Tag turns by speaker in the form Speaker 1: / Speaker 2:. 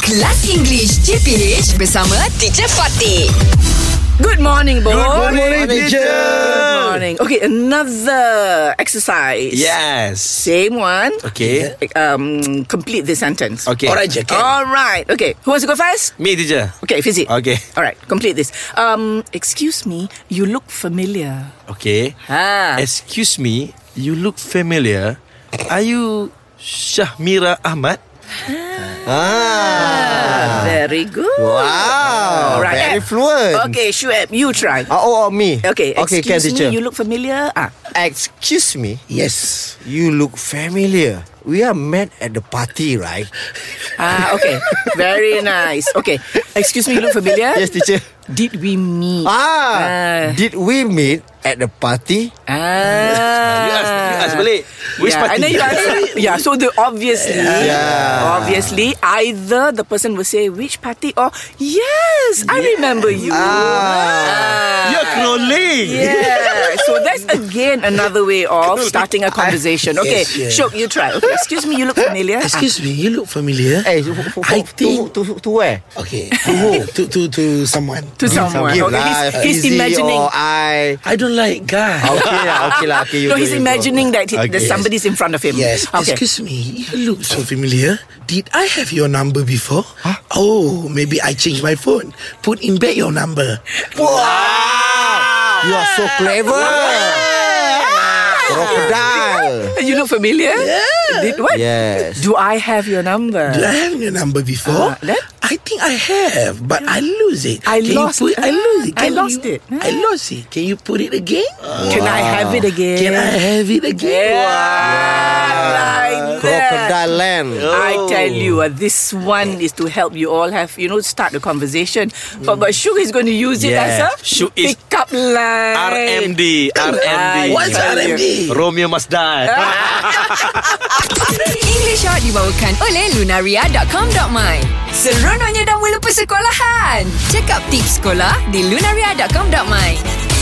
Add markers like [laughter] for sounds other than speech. Speaker 1: Kelas English CPH bersama Teacher Fatih.
Speaker 2: Good morning, boy.
Speaker 3: Good morning, teacher.
Speaker 2: Good morning. Okay, another exercise.
Speaker 3: Yes.
Speaker 2: Same one.
Speaker 3: Okay.
Speaker 2: Um, complete the sentence.
Speaker 3: Okay.
Speaker 4: Alright, je, can.
Speaker 2: All right. Okay. Who wants to go first?
Speaker 3: Me, teacher.
Speaker 2: Okay, Fizzy.
Speaker 3: Okay.
Speaker 2: All right. Complete this. Um, excuse me. You look familiar.
Speaker 3: Okay.
Speaker 2: Ah.
Speaker 4: Ha.
Speaker 3: Excuse me, you look familiar. Are you Shahmira Ahmad?
Speaker 2: Very good.
Speaker 4: Ah. Wow,
Speaker 2: Alright.
Speaker 4: very fluent.
Speaker 2: Ah. Okay, Shueb, you try.
Speaker 4: Ah, oh, oh, me.
Speaker 2: Okay.
Speaker 4: okay,
Speaker 2: Excuse
Speaker 4: can teacher.
Speaker 2: me. You look familiar. Ah.
Speaker 4: Excuse me. Yes, you look familiar. We are met at the
Speaker 2: [laughs]
Speaker 4: party, right?
Speaker 2: Ah. Okay. Very nice. Okay. Excuse me. You look familiar.
Speaker 4: yes, teacher.
Speaker 2: Did we meet?
Speaker 4: Ah, did we meet at the party?
Speaker 2: Ah.
Speaker 3: You ask,
Speaker 4: Ah.
Speaker 3: you ask balik. Which
Speaker 2: yeah,
Speaker 3: party?
Speaker 2: I know you answer. yeah, so the obviously,
Speaker 4: Yeah.
Speaker 2: obviously, either the person will say which party or yes, I remember you. Ah.
Speaker 3: You're crawling.
Speaker 2: Yeah, so that's again another way of starting a conversation. Okay,
Speaker 4: Yes, yeah.
Speaker 2: Shok, you try. Okay, excuse me, you look familiar.
Speaker 5: Excuse me, you look familiar.
Speaker 4: Eh, who- who-
Speaker 5: I
Speaker 4: who-
Speaker 5: think-
Speaker 4: to, to, to where?
Speaker 5: Okay. To who? to, to to someone.
Speaker 2: Ah, to someone.
Speaker 4: Give
Speaker 2: Okay,
Speaker 4: lah,
Speaker 2: he's, he's
Speaker 4: easy
Speaker 2: imagining.
Speaker 4: Or I.
Speaker 5: I don't like guy.
Speaker 4: Okay lah, okay lah, okay. You
Speaker 2: No,
Speaker 4: go,
Speaker 2: he's
Speaker 4: you go.
Speaker 2: imagining that he, that
Speaker 3: Okay.
Speaker 2: somebody's in front of him.
Speaker 5: Yes.
Speaker 2: Okay.
Speaker 5: Excuse me, you look so familiar. Did I have your number before? Oh, maybe I changed my phone. Put in back your number.
Speaker 4: Wow, you are so clever. Crocodile.
Speaker 2: you look familiar. Did what?
Speaker 4: Yes.
Speaker 2: Do I have your number?
Speaker 5: Did I have your number before?
Speaker 2: Ah, then?
Speaker 5: I think I have, but I lose it.
Speaker 2: I
Speaker 5: Can you
Speaker 2: lost
Speaker 5: put-
Speaker 2: it.
Speaker 5: I lose it.
Speaker 2: I
Speaker 5: Can
Speaker 2: lost
Speaker 5: you-
Speaker 2: it.
Speaker 5: I lost it. Can you put it again?
Speaker 2: Can I have it again?
Speaker 5: Can I have it again?
Speaker 2: Yeah. Like that.
Speaker 4: Crocodile land.
Speaker 3: Oh.
Speaker 2: I tell you, uh, this one is to help you all have, you know, start the conversation. But but Shug is going to use it
Speaker 3: Yeah.
Speaker 2: as a
Speaker 3: Shug is
Speaker 2: pickup line.
Speaker 3: RMD. RMD.
Speaker 2: Ah,
Speaker 5: What's
Speaker 2: Yeah.
Speaker 5: RMD?
Speaker 3: Romeo must die.
Speaker 2: Ah.
Speaker 1: English Hot dibawakan oleh Lunaria.com.my Seronoknya dah mula persekolahan. Check up tips sekolah di Lunaria.com.my